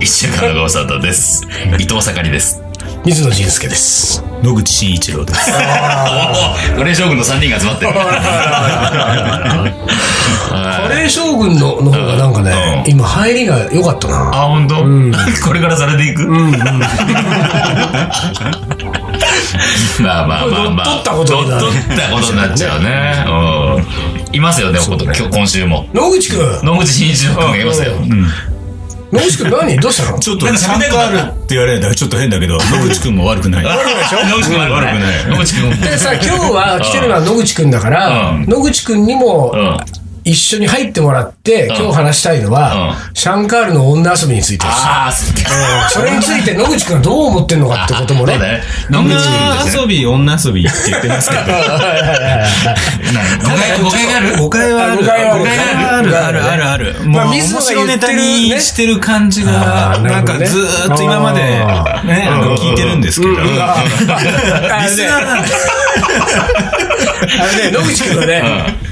一週間のご無沙汰です。伊藤盛りです。水野仁介です。野口真一 郎です。おお、グレー将軍の三人が集まってる。カレー将軍のの方がなんかね、うん今入りが良かったな。あ、本当、これからされていく、まあまあまあまあ。乗っ取ったことになる乗っ取ったことになっちゃうね。うん。いますよね、今日今週も。野口くん、野口真一郎君がいますよ。野口くん何どうしたのちょっなと、んかちゃん冷たいことあるって言われたらちょっと変だ けど、野口くんも悪くない。野口君悪くない。野口君も。でさ、今日は来てるのは野口くんだから、うん野口くんにも、うん。一緒に入ってもらって、今日話したいのは、うシャンカールの女遊びについてですああ、そっか。それについて野口くんはどう思ってんのかってこともそねうだ。ね。野口君ですね。遊び、女遊びって言って ますけど。誤解誤解がある誤解はある。誤解はあるある。あるあるあるある。もまう、あ面水野が白言ネってタるにねしてる感じあが、ーなるなんほどかねずーっと今まで、ね、ああの、聞いてるんですけど。ああリれスねナーなんだよあ れね、野口くんはね、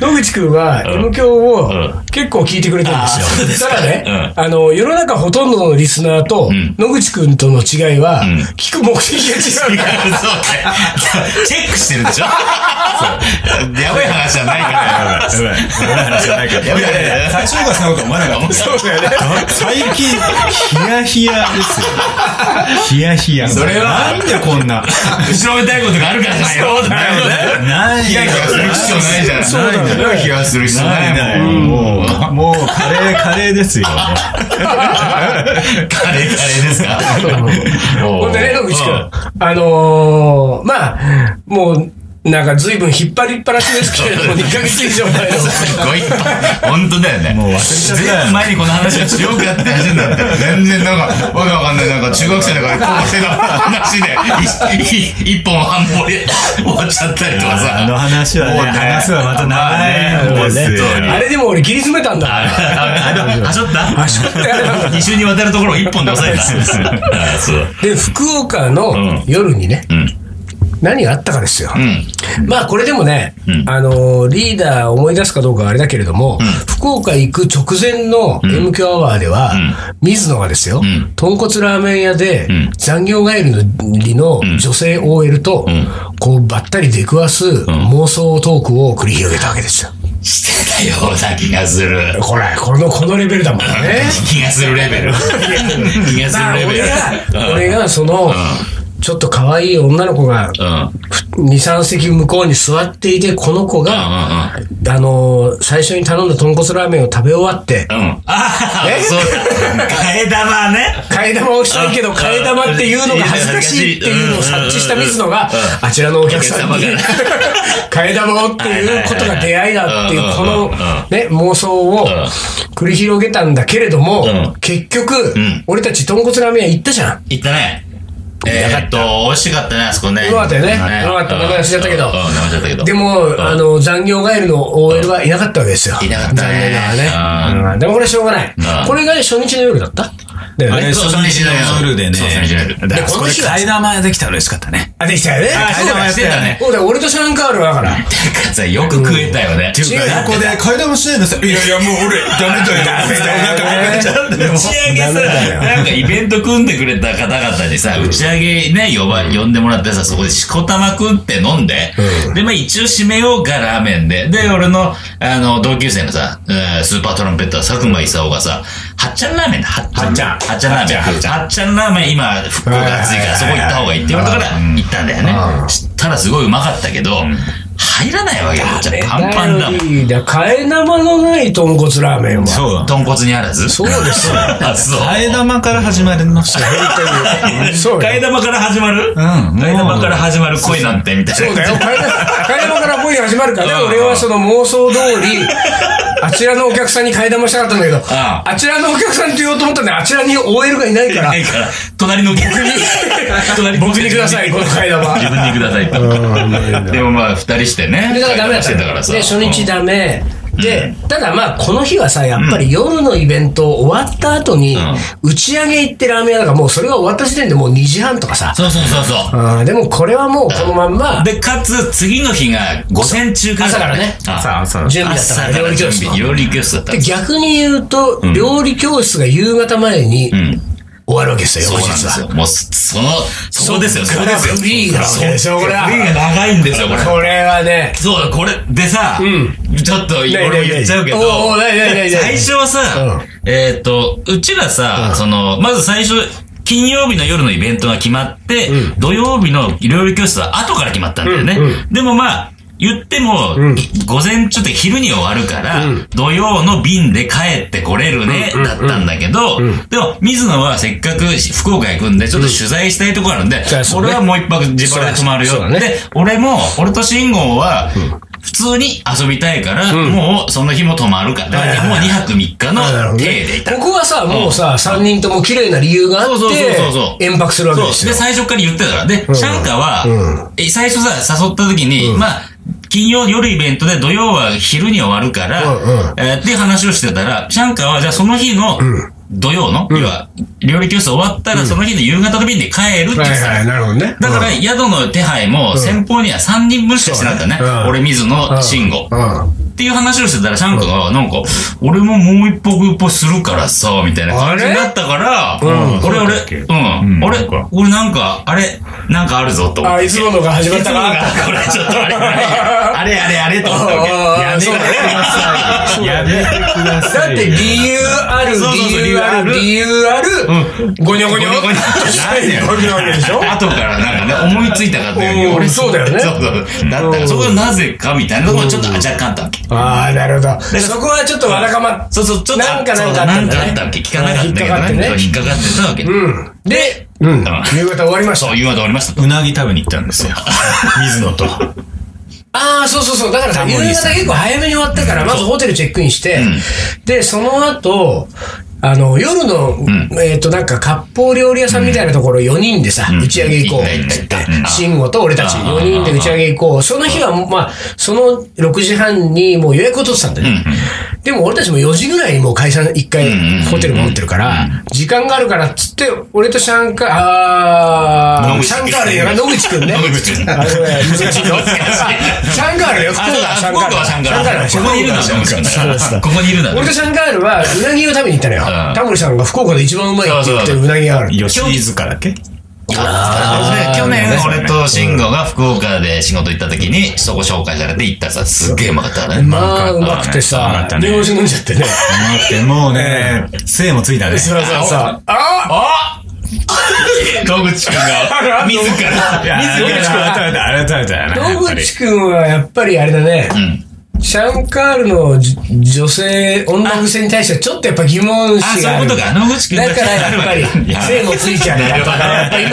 野口くんは M 教を結構聞いてくれてるんですよ。ただね、あの、世の中ほとんどのリスナーとん野口くんとの違いは、聞く目的が違うから。そうね。チェックしてるでしょそうやばい話じゃないから。やばい。そんな話じゃないけど。いやばいやばいやいや最初がそんなこと思わなかった。そうだよね。最近、ヒヤヒヤですよ。 ヒヤヒヤ。それはなんでこんな。後ろめたいことがあるからじゃないよ。そうだよね。ないヒヤヒヤする必要ないじゃん。そうだねヒヤヒヤする必要ないなないい。もん。もう、もう、カレー、カレーですよ。カレーカレーですか。ほほんでね、野口くん。あのー、まあ、もう、なんか随分引っ張りっぱなしですけれども、2ヶ月以上前の。すごいいっぱい。本当だよね。もう忘れちゃったよ全部前にこの話をしようかって話になって、全然なんか、わけわかんない、なんか中学生だから高校生の話で、いい一本半分で終わっちゃったりとかさ。あの話はね、もうね話はまた長いんですよ。もうねあれでも俺切り詰めたんだ。はしょったはしょった一周にわたるところを一本で抑えた。あそう。で、福岡の夜にね、うん。何があったかですよ。うん。まあこれでもね、うんあのーリーダー思い出すかどうかはあれだけれども、福岡行く直前の m q アワーでは、水野がですよ、ん豚骨ラーメン屋で、ん残業帰りの女性 OL と、こうばったり出くわす妄想トークを繰り広げたわけですよ。してたような気がする。これ、この、このレベルだもんね。 気がするレベル。気がすまあるレベ俺ル。が、俺がその、ちょっと可愛い女の子が、うん。う2、ん。3席向こうに座っていて、この子が、ああのー最初に頼んだ豚骨ラーメンを食べ終わって、あ、そう。替え玉ね。替え玉をしたいけど、うん替え玉っていうのが恥ずかしいっていうのを察知した水野がうんうんうん、あちらのお客さんにお 客様、替え玉をっていうことが出会いだっていうんう、こうんうのんね、妄想を繰り広げたんだけれどもん、結局ん、俺たち豚骨ラーメン屋行ったじゃん。いったね。えーっと、美味しかったね、あそこね。うまかったよね。うまかった。名前忘れちゃったけどうん、名前忘れちゃったけど。でも、あ の、残業ガエルの OL はいなかったわけですよ。いなかったね残念ながらね。うんでもこれしょうがないん。これが初日の夜だっただよあねれ、。初日の夜でね。そう初日の夜だからでここのれ、日は替え玉できたら嬉しかったね。あ、できたよね。あそうだよやってたねそうだよ、俺とシャンカールはだから。なんかさ、よく食えたよね。違うよ横で替え玉しないのさ、いやいや、もう俺、ダメだよ、ダメだよ、ダメだよ。打ち上げさ、なんかイベント組んでくれた方々にさ、打ち上げね、呼ば、呼んでもらってさ、そこでしこたま食って飲んで、で、まあ一応締めようがラーメンで、で、俺の、あの、同級生のさ、うんスーパートランペッター佐久間勲がさ、はっちゃんラーメンだ、はっちゃん。はっちゃんラーメン。はっちゃんラーメン、今、復興が熱いから、そこ行った方がいいって言われたから、行ったんだよね。したらすごいうまかったけど、入らないわけよ。じゃあパンパンだもん。だから替え玉のない豚骨ラーメンは。そうだ。豚骨にあらずそうですよ。あ、 そう。替え玉から始まりました。そう替えよ。玉から始まるん替え玉から始まる恋なんてみたいな。そうだよ。替え玉替え玉から恋が始まるから、うん俺はその妄想通り、あちらのお客さんに替え玉したかったんだけど、あちらのお客さんって言おうと思ったんで、あちらに OL がいないからな、いから、隣の僕に、隣の僕にください、この替え玉。自分にくださいと。でもまあ、二人してね。でだからダメだった二人してのたからさ。で初日ダメ、でただまあこの日はさやっぱうり夜のイベント終わった後に、う打ち上げ行ってラーメン屋だからもうそれが終わった時点でもう2時半とかさうん。そうそうそうそう。あーでもこれはもうこのまんまで、かつ、次の日が午前中から。朝からね朝、朝。準備だったから料料理理教教室室。料理教室だったで。逆に言うと、料理教室が夕方前にうん。終わるわけですよ、そうなん翌で日は。すよ。もう、その、そこですよ、そそっこかでらすよ。フリーなわけでしょそうこれはフリーが長いんですよ、これ。これはね、そうだ、これ、でさ、うちょっと、ね俺も言っちゃうけど、ねおーおーねねねね最初はさ、えーっ、と、うちらさ、その、まず最初、金曜日の夜のイベントが決まって、土曜日の料理教室は後から決まったんだよね。うんうでもまあ、言っても、ん午前ちょっと昼に終わるから、うん土曜の便で帰ってこれるね、うんうんだったんだけど、んでも、水野はせっかく福岡行くんで、ちょっと取材したいとこあるんで、そりゃそうね俺はもう一泊自腹で泊まるよそうだねで、俺も、俺と慎吾は、普通に遊びたいから、もうその日も泊まるから、だからもう2泊3日あなるほのど手ねでいた。ここはさ、もうさ、3人とも綺麗な理由があっそうそうそうそうそうて、遠泊するわけですそう。で、よ。最初から言ってたから。で、シャンカは、え最初さ、誘った時に、まあ、金曜夜イベントで土曜は昼に終わるから、うんうんえーっていう話をしてたら、シャンカはじゃあその日の、土曜の、要は、料理教室終わったら、その日の夕方の便で帰るって言っはていたはい、なるほどね。だから、宿の手配も、先方には3人分しかしてなかったねそうねう。ん俺、水う野、ん慎吾。うん。っていう話をしてたら、シャンクが、なんか、俺ももう一歩一歩するからさ、みたいな感じになったから、ん俺、俺、うん、うん俺そっか、俺なんか、あれ、なんかあるぞ、と思っあ、て。いつものが始まったいつか。もがこれちょっとあれ、あれ、あれ、あれ、と思ったわけ。ああそうだねい。やめてくだだっさい。て理由ある、そうそうそう理由ある、理由ある、ごにょごにょ。 ごにょごにょ最後なわけでしょ 後からなんかね、思いついたかったよううんに、俺、そうだよねそうそう。だったら、そこがなぜかみたいなところがちょっと若干あったわけ。ああ、なるほど。そこはちょっとわだかま。そうそう、ちょっと、なんかなんかあったんだねそうなんかあったっけ聞かなかったけどね。あ引っかかってね引っかかってたわけ。うん。で、うん。夕方終わりましそたう、。言われました。うなぎ食べに行ったんで すよ。水野と。ああ、そうそうそう。だからさ、タモ夕リさ方ん結構早めに終わったから、まずホテルチェックインして、で、その後、あの、夜の、えっ、と、なんか、割烹料理屋さんみたいなところ4人でさ、ん打ち上げ行こうって言っ行った行った行ったて、慎吾と俺たちうん4人で打ち上げ行こう。その日は、まあ、その6時半にもう予約を取ってたんだよね。でも俺たちも4時ぐらいにもう解散、一回うんホテル戻ってるから、時間があるからっつって、俺とシャンカ、あ野ー、口シャンカールやな、野口くんね。野口くんあれね難しいよ難しいシャンカールよ、福岡あシャン福カー岡ル。はシャンカシャンカールーはシャンル。ここにいるんだ、シャンカール。ここにいるんだ。俺とシャンカールは、うなぎを食べに行ったのよ。タモリさんが福岡で一番うまいって言ってるうなぎがある。吉井塚だっけあー去年、俺と慎吾が福岡で仕事行った時に、そこ紹介されて行ったさ、すっげえうまかったね。まあ、うまくてうまさかった、ね日本酒飲んじゃってね。甘くて、もうね、精もついたね。そうそうそう。ああ 野口くんが、自いやら、あ自れ食べら。た、あれ食べたよな。やっぱ野り口くんはやっぱりあれだね。シャンカールのじ女性、女癖に対してはちょっとやっぱ疑問あ、視そうがいあうる。ことか、野口くんだからやっぱり、性もついちゃうんだとか、やっぱ今、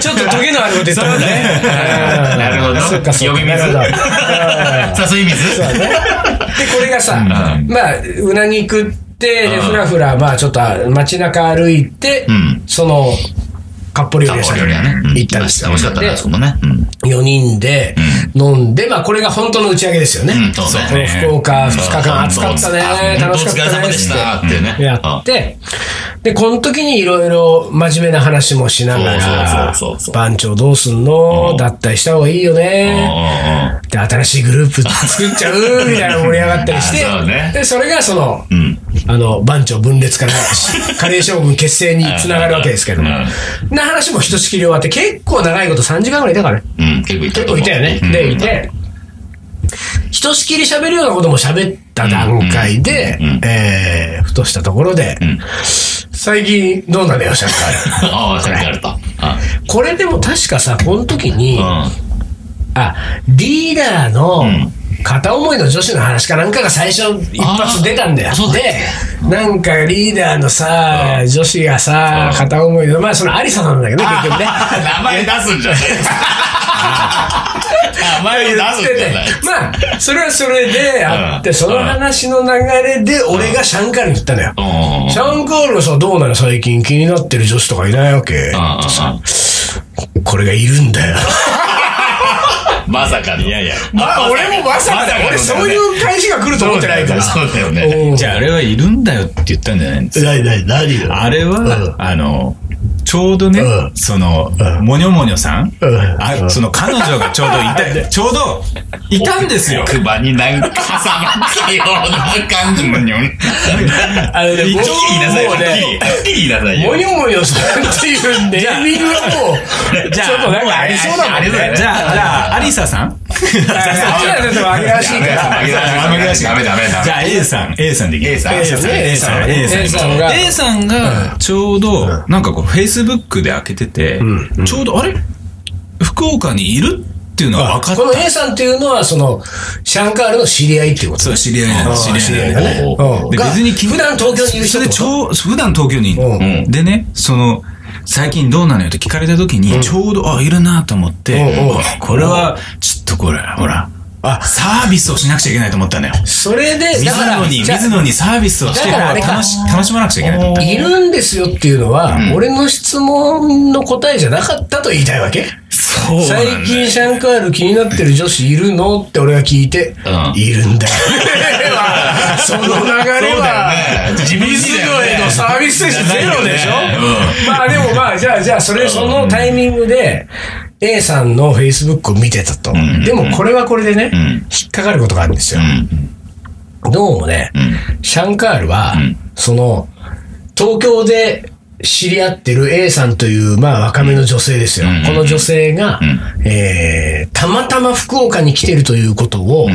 ちょっとトゲのあること言ったもんね。うんなるほど。そっかそっ呼か。びなるほ水ど。うん誘い水そうね。で、これがさ、まあ、うなぎ食って、で、うんふらふら、まあ、ちょっと街中歩いてん、その、かっぽりタ料理屋コさん料理はね。行ったんですよ。美味しかったな、そこもね。うん。 4人で飲んで、まあ、これが本当の打ち上げですよね。うんそうねの福岡2日間暑かったね、楽しかったお疲れ様ねでしったっていうね。てやって、で、この時にいろいろ真面目な話もしながらそうそうそうそ、う番長どうすんのうん脱退した方がいいよね。うで、新しいグループ作っちゃうみたいな盛り上がったりし あそうねて、で、それがその、んうんうん。あの、番長分裂 から、カレー将軍結成につながるわけですけども、な話もひとしきり終わって、結構長いこと3時間ぐらいいたからね。うん。うん。結構いた結構と思う。いたよね。で、いて、ひとしきり喋るようなことも喋った段階で、うんうんえー、ふとしたところで、ん最近どうなのよ、シャンカール。ああ、さっきあると。これでも確かさ、この時に、うあ、リーダーのん片思いの女子の話かなんかが最初一発出たんだよあーそう。だっで、なんかリーダーのさう、ん女子がさう、ん片思いの、まあそのアリサなんだけどね、結局ね。ん。名前出すんじゃない名前を出すんじゃないまあ、それはそれであって、うんその話の流れで俺がシャンカールに言ったのよ。うんシャンカールがさ、どうなの最近気になってる女子とかいないわけこれがいるんだよ。まさかの。いやいや。ま あ、俺もまさかだよ。俺そういう返しが来ると思ってないから。そうだよね。うんじゃああれはいるんだよって言ったんじゃないんですかないない、何よあれは、あの、ちょうどね、うんその、うんもにょもにょさん、うんあその彼女がちょうどい た、ちょうどいたんですよ。奥歯になんか挟まったような感じもにょん。あのねもう一気に言いなさいよ。もうねはっきり言いなさいよ。もにょもにょさんっていうネーミングがもう、じゃあちょっとなんかありそうだもんもうありね。じゃあ、じゃあ、アリサさんじゃありがとうありがしいから。ダメダメダメダメ。あ、A さん、A さんでいき A さん A さん、 A A ささんん、A さん A さんが A さんが、ちょうど、なんかこう、Facebook で開けてて、ちょうど、あれ福岡にいるっていうのは分かこっの A さんっていうのは、その、シャンカールの知り合いっていうことた。知り合いなあの、ー知り合い知なり合のいねね。うんでが別に気普段東京にいる人っそれてでこと超普段東京にいる、うんでねその最近どうなのよって聞かれた時にちょうど、あいるなと思って、うんうんあこれはちょっとこれほらあサービスをしなくちゃいけないと思ったのよそれで、だ水から、野にじゃあ水野にサービスをしてだからあれか楽し楽しまなくちゃいけないと思ったいるんですよっていうのは、俺の質問の答えじゃなかったと言いたいわけそう最近シャンカール気になってる女子いるのって俺が聞いて、うんいるんだよ。その流れは、自分水野へのサービス精神ゼロでしょ、うまあでもまあ、じゃあ、じゃあ、それ、そのタイミングで、A さんの Facebook を見てたと。んでもこれはこれでね、ん引っかかることがあるんですよ。ん。どうもね、シャンカールは、んその、東京で知り合ってる A さんという、まあ若めの女性ですよ。うんこの女性が、えーたまたま福岡に来てるということを、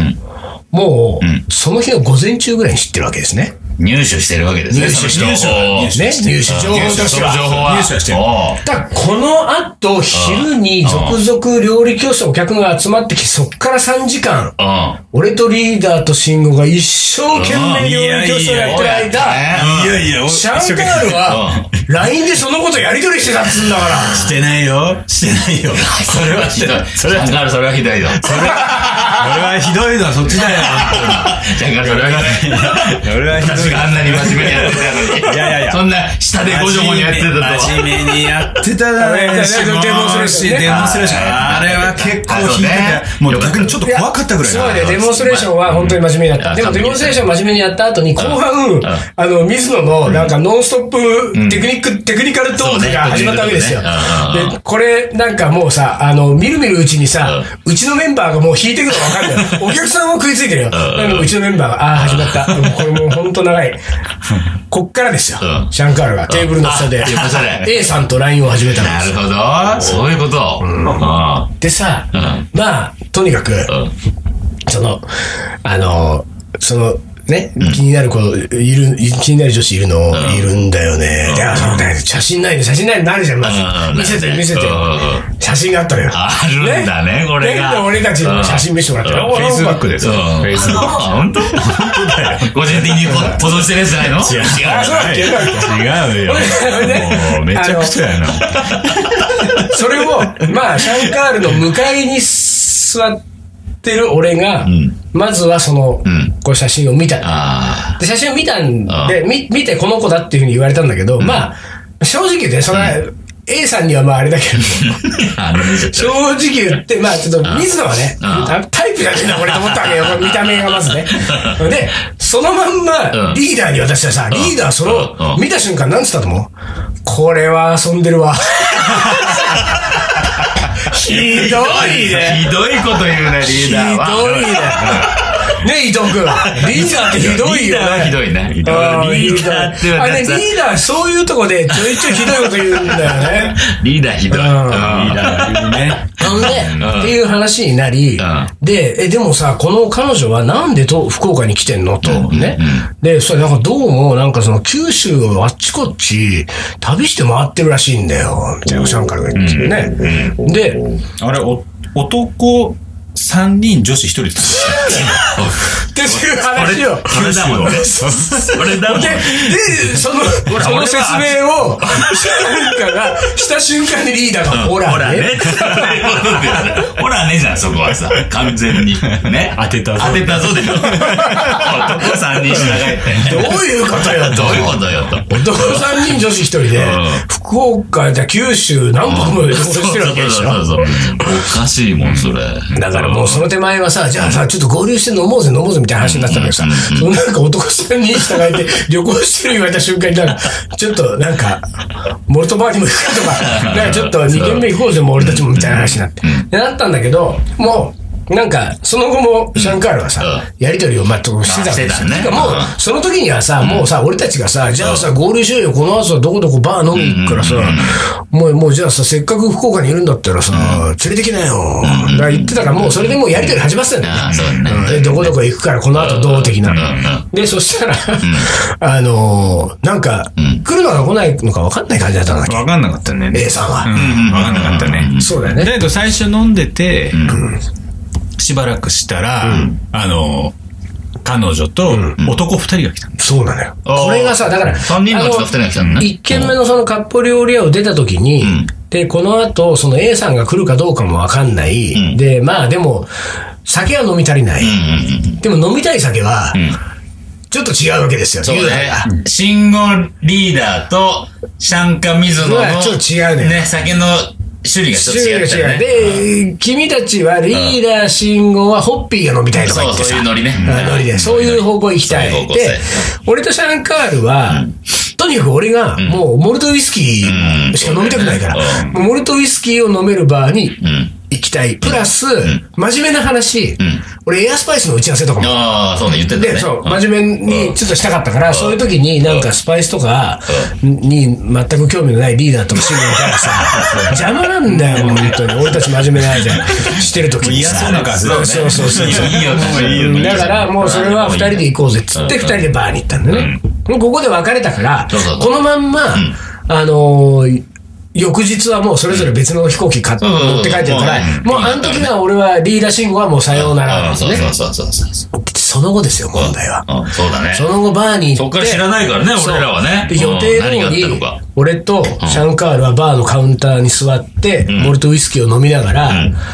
もう、んその日の午前中ぐらいに知ってるわけですね。入手してるわけですね。ね、入手情報としては。情報は。だからこの後、昼に続々料理教室お客が集まってきて、そっから3時間、うん。俺とリーダーと慎吾が一生懸命料理教室をやってる間、いやいやおシャンカールは、LINE でそのことやり取りしてたっつうんだから。してないよしてないよそれはひひどどいい。それはジャンカール、それはひどいぞ。俺はひどいのはそっちだよジャンカール、それはひどい。俺はひど私いがあんなに真面目にやってたのに。いやいやいやそんな、下でごじょごにやってたとは。真面目にやってただねね。デモンストレーションねデモンストレーションあれは結構引いあてた。そうねもう逆にちょっと怖かったぐらいすごいだね、デモンストレーションは本当に真面目にやった。うんでもうんデモンストレーション真面目にやった後に、後半ん、あの、水野のなんかノンストップテクニック、テクニカルトークが始まったわけですよそうね。うんで、これなんかもうさ、あの、みるみるうちにさ、うちのメンバーがもう引いてくのわかん ない。お客さんも食いついてるよ。でもうちのメンバーが、ああ、始まった。でもこれもう本当長い。こっからですよう。んシャンカールがテーブルの下であテーブルの下、で A さんと LINE を始めたんでなするよ。ほど。そういうこと。うん。うん。でさん、まあ、とにかく、その、あの、その、ね、気になる子、いる、気になる女子いるの、いるんだよね。で、あ、そうだよね。写真ないね、写真ないのなるじゃん、まずうんうん。見せてう、ん見せてうん。写真があったのよ。あるんだねこれがねで俺たちの写真見せてもらって。うんおなんか Facebook でそさう。本当本当だよ。個人的にこ 保存してるやつじゃないの違う。あそうだっけ違うよ。もうめちゃくちゃやな。それを、まあ、シャンカールの向かいに座ってる俺が、まずはそのん、こう写真を見た。あで、写真を見たんああで、み見てこの子だっていうふうに言われたんだけど、まあ、正直ね、それは A さんにはまああれだけ ど、ーあのねちょっ正と直言って、まあちょっと水野はね、ああタイプじゃねえな、俺と思ったわ けよ、これ見た目がまずね。で、そのまんうまんリーダーに渡したらさ、リーダーそれをうん見た瞬間なんつったと思うこれは遊んでる わ。ひどいね。ひどいこと言うね、リひーどダーは。いね。ね、伊藤君。リーダーってひどいリーよダーはねひ。どいね。リーあーダーってはあれなんリかーダー、そういうとこでちょいちょいひどいこと言うんだよね。リーダーひどい。うんうんリーね。ほんで、んっていう話になりん、で、え、でもさ、この彼女はなんでと福岡に来てんのと、ね。で、それなんかどうも、なんかその九州をあっちこっち旅して回ってるらしいんだよ、みたいなシャンカルが言っててね。で、あれ、お男3人、女子1人ってっていう話を。それだもんね。それだもんで、ね。で、その、らその俺説は明を、シャンカルがした瞬間にリーダーが、ほほららねね。。ほらねじゃん、そこはさ。完全に。ね。当てたぞ当てたぞでしょ。男三人従えて。どういうことよ、どとう。いうことよ、と。男3人女子1人で、福岡じゃ九州何泊も旅行してるわけでしょ。そうそうそうそうおかしいもん、それ。だからもうその手前はさ、じゃあさ、ちょっと合流して飲もうぜ飲もうぜみたいな話になってたんだけどさ、そのなんか男3人従えて旅行してる言われた瞬間になんか、ちょっとなんか、モルトバーにも行くかとか、なんかちょっと2軒目行こうぜ、もう俺たちもみたいな話になって。でなったんだけど、もう、なんか、その後も、シャンカールはさ、うやりとりを、まあ、としてたわけですよあしてたねてかもう、うんその時にはさ、もうさ、俺たちがさ、じゃあさ、合流しようよ、この後はどこどこバー飲み行くからさ、もう、もうじゃあさ、せっかく福岡にいるんだったらさ、連れてきなよ。だから言ってたから、もうそれでもうやりとり始まってたんだよね。ああ、そうね。うんでどこどこ行くから、この後どう的なうんうん。で、そしたら、 あのーなんか、来るのか来ないのか分かんない感じだったんだっけわかんなかったね。 A さんは。うん、わかんなかったね。そうだよだね。けど最初飲んでて、しばらくしたら、あの、彼女と男二人が来たんだ。そうなのよ。あーこれがさ、だから、三人のうちの二人が来たのねあ一軒目のそのカップ料理屋を出た時に、んで、この後、その A さんが来るかどうかも分かんない。うんで、まあでも、酒は飲み足りない。うんうんうん。でも飲みたい酒は、ちょっと違うわけですよ。そう優ね待が。。信号リーダーと、シャンカ水野の、まあちょっと違うねね、酒の種類がちょっと違ったよね。違う。で、君たちはリーダー信号はホッピーが飲みたいとかそ言う、ってそうさいう。ノリね。あノリで、そういう方向行きたそういうい。方向性で、俺とシャンカールは、とにかく俺が、もう、モルトウイスキーしか飲みたくないからう、もうモルトウイスキーを飲めるバーにうん。行きたい。プラス、真面目な話ん、俺エアスパイスの打ち合わせとかもああ、そうね、言ってたね。で、そう、ん真面目にちょっとしたかったから、そういう時になんかスパイスとかに全く興味のないリーダーともシーンがいたらさ、邪魔なんだよ、本当に。俺たち真面目な間してる時に嫌さ。そうな顔するよねそうそうそうそう。いいよいいようんだからもうそれは二人で行こうぜっつって二人でバーに行ったんだね。もうここで別れたからそうそう、このまんま、あのー、翌日はもうそれぞれ別の飛行機買ってうん持って帰ってるからうん、もうあの時は俺はリーダー信号はもうさようならあであすそうね。そうそうそうそう。その後ですよ、問題は。うんそうだね。その後バーにそ行って、っから知らないからね、そう俺らはね。で予定通うん何があったりのか。、俺とシャンカールはバーのカウンターに座って、モルトウイスキーを飲みながら、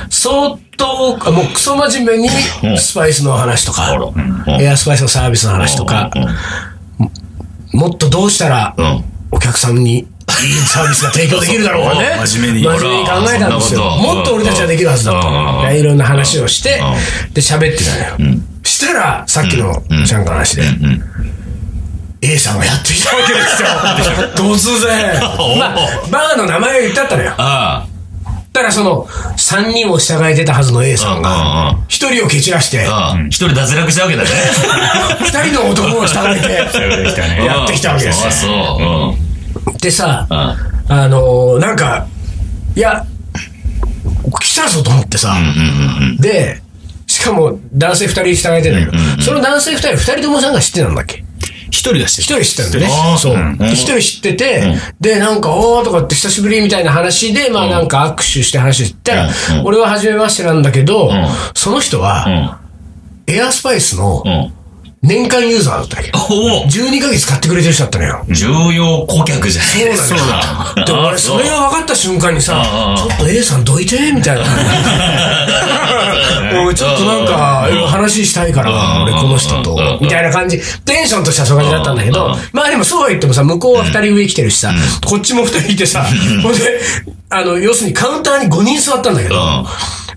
相当、あもうクソ真面目にうんスパイスの話とあか、らうんエアスパイスのサービスの話とか、もっとどうしたらうん。うんお客さんにいいサービスが提供できるだろうか ね。真面目に真面目に考えたんですよ。あらそんなこともっと俺たちはできるはずだうんと。いろんな話をしてう、で、喋ってたのよ。したら、さっきのシャンカーの話で、A さんがやってきたわけですよ。突 然。まあ、バーの名前が言ったったのよ。あたらその、3人を従えてたはずの A さんうんうんうがん、 1人を蹴散らして、あ、うん。一人脱落したわけだね。 2人の男を従え て、やってきたわけですあよ。そう。うん。でさ、ああのーなんか、いや、来たぞと思ってさ、で、しかも男性二人従えてんだけど、その男性二人、二人ともなんか知ってたんだっけ一人がして一人知ってたんだよねあ。ーそううん。で一人知ってて、で、なんか、おーとかって久しぶりみたいな話で、まあなんか握手して話してったらうんう、ん俺は初めましてなんだけどん、その人うん。は、エアスパイスのうん。年間ユーザーだったんだけど、おお12ヶ月買ってくれてる人だったのよ。重要顧客じゃないですか。だ。でも俺、それが分かった瞬間にさあ、ちょっと A さんどいて、み たいな。俺ちょっとなんか、話したいから、うん俺この人とうん、みたいな感じ。テンションとしてはそういう感じだったんだけうどん、まあでもそうは言ってもさ、向こうは二人上来てるしさ、こっちも二人いてさ、ほんで、あの、要するにカウンターに5人座ったんだけど、うん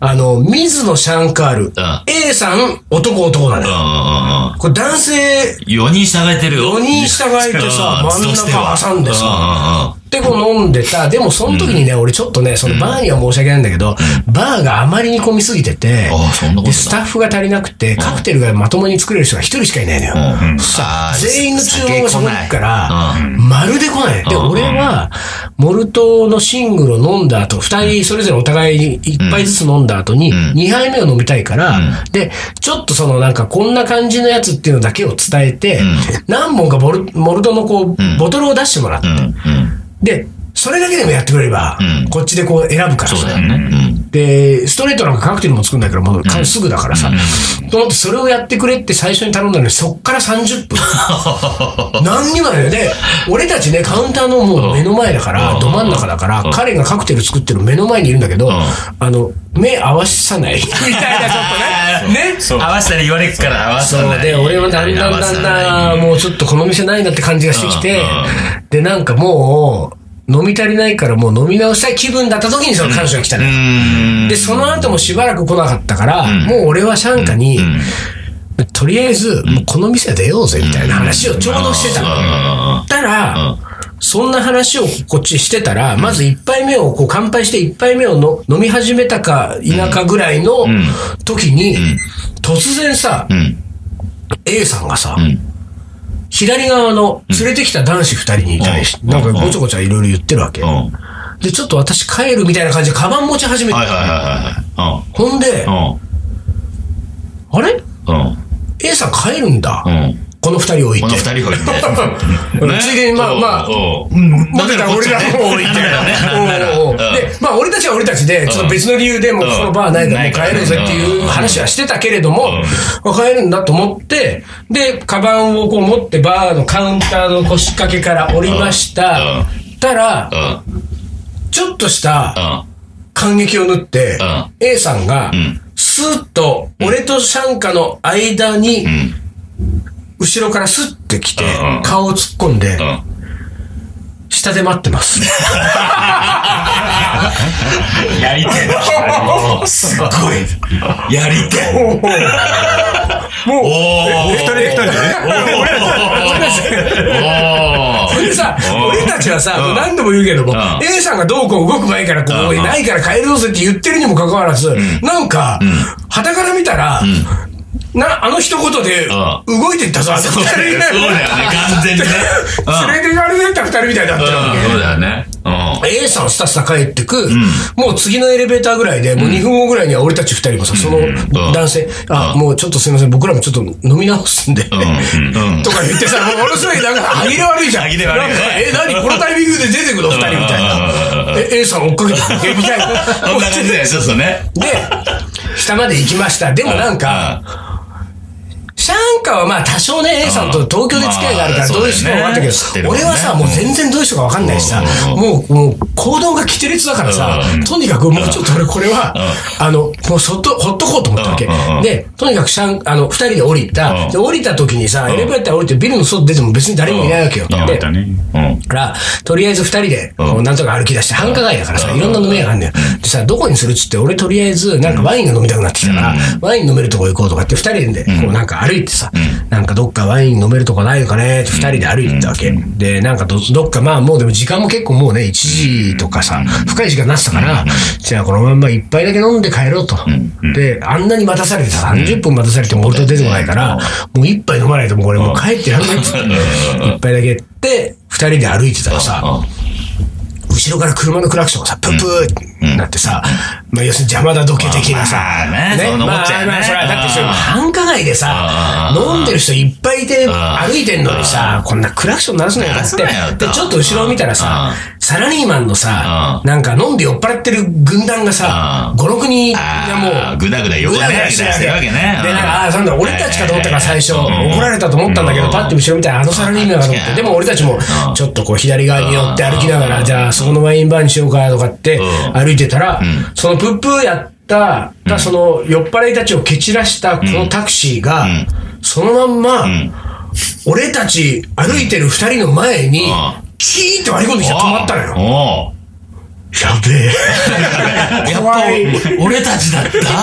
あの、水野シャンカール、A さん、男男なのよ。うこれ男性んうんうん。4人従えてるよ。 4人従えてさ、うん真ん中挟んでさ、。うんうんうんで、こう飲んでた。でも、その時にね、俺ちょっとね、そのバーには申し訳ないんだけど、バーがあまりに混みすぎててああそんなことな、いで、スタッフが足りなくて、カクテルがまともに作れる人が一人しかいないのよ。うんそしたらああ全員の注文がそこに行くから酒来な、まるで来ない。で、うん俺は、モルトのシングルを飲んだ後、二人それぞれお互いに一杯ずつ飲んだ後に、ん二杯目を飲みたいから、で、ちょっとそのなんかこんな感じのやつっていうのだけを伝えて、何本かボルモルトのこう、ボトルを出してもらって、うんうん。で、それだけでもやってくれれば、うんこっちでこう選ぶからそうださ。よね。うんで、ストレートなんかカクテルも作んないから、もうかすぐだからさ。と思って、それをやってくれって最初に頼んだのに、そっから30分。 何にもないよ。で、俺たちね、カウンターのもう目の前だから、ど真ん中だから、彼がカクテル作ってる目の前にいるんだけど、んあの、目合わさない みたいな、ちょっ とね。ね。合わせたら言われっから合わせそうない。で、俺もだんだんだんだん、もうちょっとこの店ないんだって感じがしてきて、で、なんかもう、飲み足りないからもう飲み直したい気分だった時にその彼女が来たうね。ん。で、その後もしばらく来なかったから、んもう俺はシャンカに、うんとりあえず、もうこの店出ようぜみたいな話をちょうどしてたうんうんうんうんの。たら、そんな話をこっちしてたら、まず一杯目をこう乾杯して一杯目をの飲み始めたか否かぐらいのん時に、突然さ、うん。 A さんがさ、ん左側の連れてきた男子二人に対して、うんなんかごちゃごちゃいろいろ言ってるわけ。うん。で、ちょっと私帰るみたいな感じで、カバン持ち始めて、はいはいはいはい。ほんで、あれうん。うん。 ?A さん帰るんだ。うん。うん。この二人置いて。この二人を置い て。ついでにまあまあうん。だから俺らも置いて。 うんうんうんうんで、まあ俺たちは俺たちで、ちょっと別の理由でもううんこのバーないからもう帰ろうぜっていう話はしてたけれども、まあ帰るんだと思って、で、カバンをこう持ってバーのカウンターの腰掛けから降りましたうんうん。たら、うん。ちょっとしたうん。感激を縫ってう、ん A さんがん、スーッと、俺とシャンカの間に、ん後ろからスッて来てうんうん、顔を突っ込んで、うん。下で待ってます。 やりてえ。すっ ごい。やりてえ。もう、もう、おお。二人で二人でね。おそれでさう、ん俺たちはさ、もう何度も言うけども、ん A さんがどうこう動く前からここうんいないから帰ろうぜって言ってるにもかかわらず、なんか、傍から見たら、な、あの一言で、う動いてったぞ、あのそう二人だよね、完全にね。連れて行かれてった二人みたいになってるわけ。そうだよね。うん。 A さんスタスタ帰ってく、もう次のエレベーターぐらいで、もう2分後ぐらいには俺たち2人もさ、その男性、あ、もうちょっとすいません、僕らもちょっと飲み直すんで、うん。とか言ってさ、もうものすごいなんか歯切れ悪いじゃん。歯切れ悪いねなんかえ、何このタイミングで出てくの二人みたいうんうんな。え、A さん追っかけてくるみたいな。 そんな感じだよ、ちょっとね。で、下まで行きました。でもなんか、シャンカはまあ多少ね、A さんと東京で付き合いがあるから、まあどういう人か分かったけそうだよど、ね俺はさ、うんもう全然どういう人か分かんないしさ、うんもう、もう行動がキテレツだからさうん、とにかくもうちょっと俺これは、あの、もうそっと、ほっとこうと思ったわけうんうんうん。で、とにかくシャン、あの、二人で降りうた。んで、降りた時にさ、エレベーター降りてビルの外出ても別に誰もいないわけよ。うんでだね。うん。から、とりあえず二人で、うんこうなんとか歩き出して、繁華街だからさ、いろんな飲み屋があるんだよ。でさ、どこにするっつって、俺とりあえず、なんかワインが飲みたくなってきたから、ワイン飲めるとこ行こうとかって、二人で、こうなんか歩いてさ、なんかどっかワイン飲めるとこないのかねって二人で歩いてたわけ。で、なんかどどっか、まあもうでも時間も結構もうね、1時とかさ、深い時間になってたから、じゃあこのまんま一杯だけ飲んで帰ろうと。で、あんなに待たされてさ、30分待たされても俺と出てこないから、もう一杯飲まないともう俺もう帰ってやらないっつって。一杯だけで、二人で歩いてたらさ、後ろから車のクラクションがさ、プープーってなってさ、まあ要するに邪魔だどけ的なさ、まあねそう思まっちゃうあよねまあそれはだってそれうん繁華街でさ、うん飲んでる人いっぱいいて歩いてんのにさ、こんなクラクション鳴らすなよだ鳴らすなっよとて。で、ちょっと後ろを見たらさ、サラリーマンのさ、うなんか飲んで酔っ払ってる軍団がさ、う5、6人がもああ、う、ぐだぐだ横ぐにだぐだね、ししててるわけるわけね。で、なんか、ああ、なんだ、俺たちかと思ったから最初、怒られたと思ったんだけど、パッて後ろ見たら、あのサラリーマンがと思って、でも俺たちも、ちょっとこう、左側に寄って歩きながら、じゃあ、そこのワインバーにしようか、とかって、歩いてたら、そのプップーやった、その、酔っ払いたちを蹴散らした、このタクシーが、そのまんま、俺たち歩いてる二人の前に、キーって割り込んできて止まったのよ。よ。やべえ。やっぱ怖い俺たちだったみたい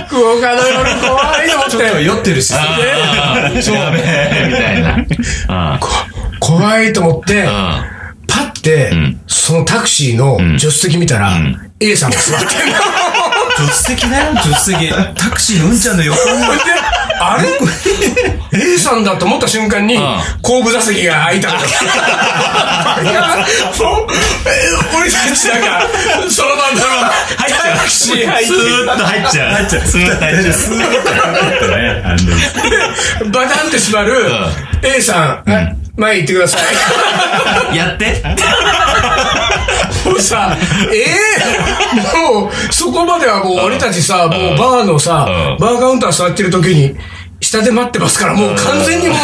な。福岡の夜怖いと思ちょっとって。酔ってるし。ああそうやべえ、みたいな。あ怖いと思って、あパッて、んそのタクシーの助手席見たら、A さんが座ってんの。助手席だよ、助手席。タクシーのうんちゃんの横に。であれ ?A さんだと思った瞬間に、後部座席が空いたの。いやもうえ俺たちなんか、そのまんま、タクシー入スーッと入っちゃう。スーッと入っちゃう。スーッと入っちゃう。って、バタンって閉まる、A さん、え前行ってください。やって。もうさ、ええもう、そこまではもう俺たちさ、もうバーのさ、バーカウンター座ってる時に、下で待ってますから、もう完全にもう、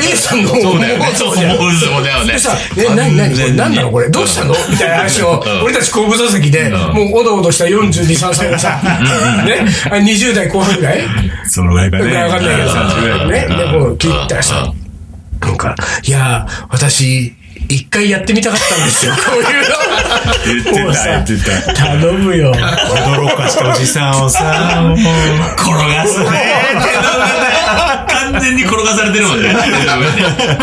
A さんの、そうだよね。そうももうそうだよねで。さ、え、なになにこれ、なんだろうこれ、どうしたのみたいな話を、俺たち後部座席で、もうおどおどした42、3歳がさ、ね、あ20代後半ぐらいそのぐらいかなんかわかんないけどうんさ、ね、で、こう切ったらさ、なんか、いやー、私、一回やってみたかったんですよ、こういうの。言ってたもうさ言ってた頼むよ。驚かしたおじさんをさ、もう転がすね。けど完完全に転がされてるもんね。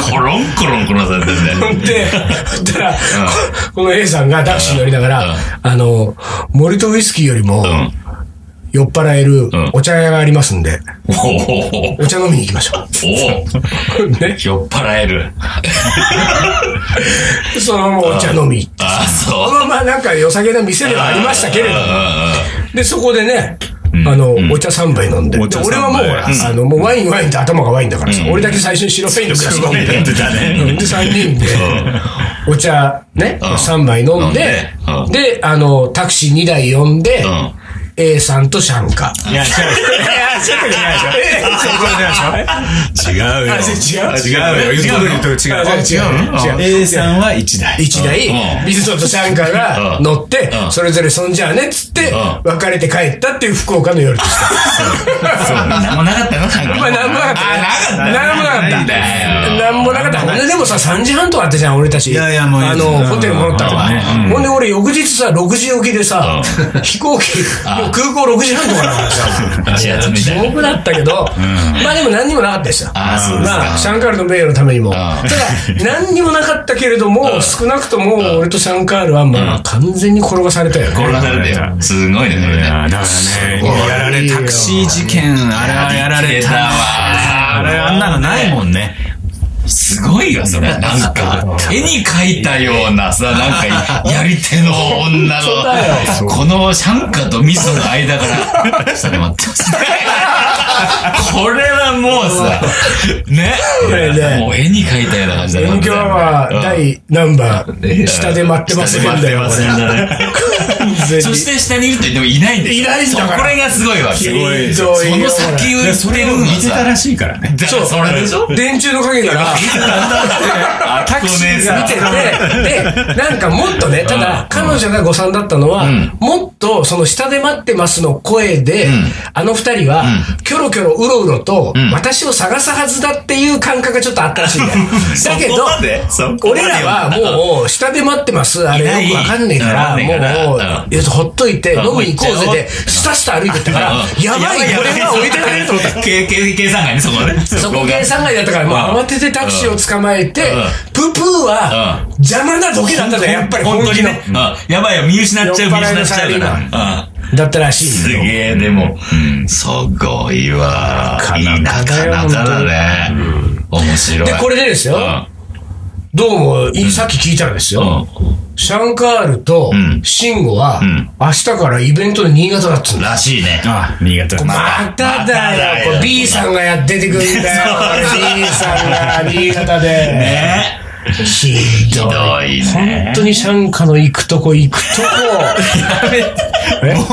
コロンコロン転がされてるね。で、そしたら、この A さんがタクシー乗りながら、あの、モルトウイスキーよりも、ん酔っ払えるんお茶屋がありますんで、 おおお茶飲みに行きましょおう。ね。酔っ払える。そのままお茶飲み行って。あ、そう。まあまあなんか良さげな店ではありましたけれども、で、そこでね、あの、お茶3杯飲んで。おで茶俺はもう、三杯あの、もうワインワインって頭がワインだからさ、俺だけ最初に白ワインのグラス飲んで。飲んでたねうんで、3人で、お茶ね、うん3杯飲んで、飲んで、あの、タクシー2台呼んでん、 A さんとシャンカ。いや、違う。ちょっと違うでし違うよ。違うよ。言うこと言うと違う。違う違う A さんは1台。一台う、ん水戸とシャンカがうん乗ってう、んそれぞれそんじゃあねっつってん、別れて帰ったっていう福岡の夜でした。そう、なんもなかったのなんか。まあ、なんもなかった。あ、なかった。なんもなかった。んだよ。なんもなかった。ほんで、でもさ、3時半とかあったじゃん、俺たち。いやいやもういいあの、ホテル戻ったからねう。んほんで、俺、翌日さ、6時起きでさ、飛行機、もう空港6時半とかだからさ、始発み地たいな獄だったけど、まあでも何にもなかったですよ。あーそうですかまあ、シャンカールの名誉のためにも。ただ、何にもなかったけれども、少なくとも、俺とシャンカールは、まあ、完全に転がされたよね。転がされてよ。すごいね、それいね。やだからね、やられ、タクシー事件、あれはやられたわ。あれ、あんなのないもんね。すごいよ、それ。なんか、絵に描いたようなさ、なんか、やり手の女の、このシャンカとミソの間から、ちょっと待ってこれはもうさ、ねれ。ねもう絵に描いたような感じだね今日は、第何番、下で待ってますんだよ、下で待ってますんだね完全にそして下にいると言ってもいないんですよいないんだからそうこれがすごいわけ。ひそどいよの先を言ってるの見てたさ。らしいからね。だからそれでしょ電柱の影から見タクシーてて、で、なんかもっとね、ただ、彼女が誤算だったのは、もっと、その下で待ってますの声で、あの二人は、キョロキョロうろうろと、私を探すはずだっていう感覚がちょっとあったらしいんだよ。だけ そこまでそこど、まで俺らはもう、下で待ってます、あれよくわかんねえから、いないうんもうわかんねえからう、んいやほっといて、うん飲みに行こうぜもうで行っちゃおうスタスタ歩いてったから、やばい、これは置いてられると思った。計計計算外ね、そこはね。そこ計算外だったから、もう慌ててタクシーを捕まえて、プープーは邪魔な時だったんだよ、やっぱり本本当気にの。ね。うんやばいよ、見失っちゃう、酔っ見払いの失っちゃうサラリーから。うんだったらしすい。げえ、でも、すごいわ。田舎なだね。面白い。で、これでですうよん、、どうも、いさっき聞いたらですよ、シャンカールとんシンゴはん、明日からイベントで新潟だっつうんうん。だ。らしいね。あ、新潟。まただよ、これ B さんがやっててくんだよ、 これ B さんが新潟で。ねひどい。ひどいね本当にシャンカの行くとこ行くとこ。 も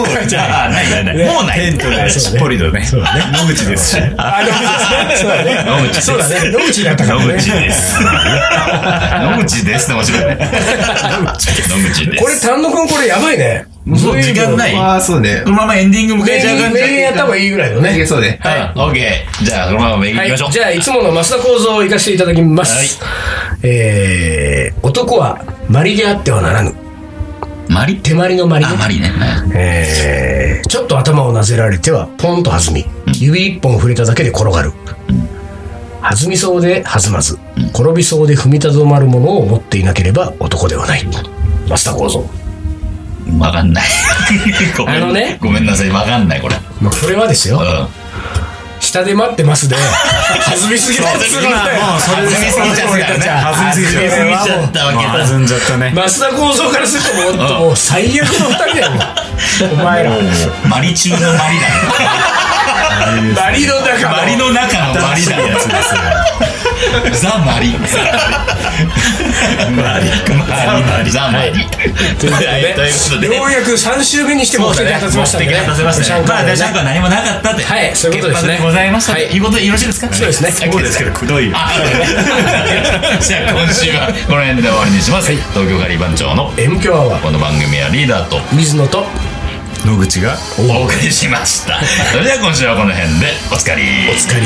う、じゃあ、ないないもうない。テントで、しっぽりとね。野口ですし。あ、野口そうだね。野口だったから野ね。口です。野口ですって面白いね。野口です。これ、丹野くんこれやばいね。もう時間ない。ああ、そうねこ。のままエンディング迎メえちゃうー感ル、じメールやった方がいいぐらいのいねけ。そうね。はい。オッケー。じゃあ、このまま巡りは行きましょい、う。じゃあ、いつもの増田構造を生かしていただきます。えー、男は、マリであってはならぬ。マリ手まりのマリねあ、マリね。はいえー、ちょっと頭をなぜられては、ポンと弾み、指一本触れただけで転がる。弾みそうで弾まず、転びそうで踏みたどまるものを持っていなければ男ではない。増田構造。わかんない。ごめんあのねごめんなさい、わかんない、これ。まあ、これはですよう。ん。下で待ってますで、弾みすぎたやつ今もうそれ弾みですぎちゃったからね。弾みすぎち弾みすぎちゃったゃったわけだ。弾んじゃったね。増田構造からするともう、もう最悪の二人だよ、もうお前ら。マリ中のマリだね。バリの中マリの。の中のマリだね。 ザ・マリ。マリ。マリ。ザ・マリ。ということでということでようやく3週目にしてもそ素うだ敵ねが立ちましたんでね。目的な立ちましたね。まあ、ね大丈夫何もなかったって。はいそういうことですね結果ございました。はいということでよろしいですかそうですねそうですけど、くどいよ。 じゃあ今週はこの辺で終わりにします。東京カリー番長の M 強アワー、この番組はリーダーと水野と、野口がお送りしました。それでは今週はこの辺でおつかり。お疲れ。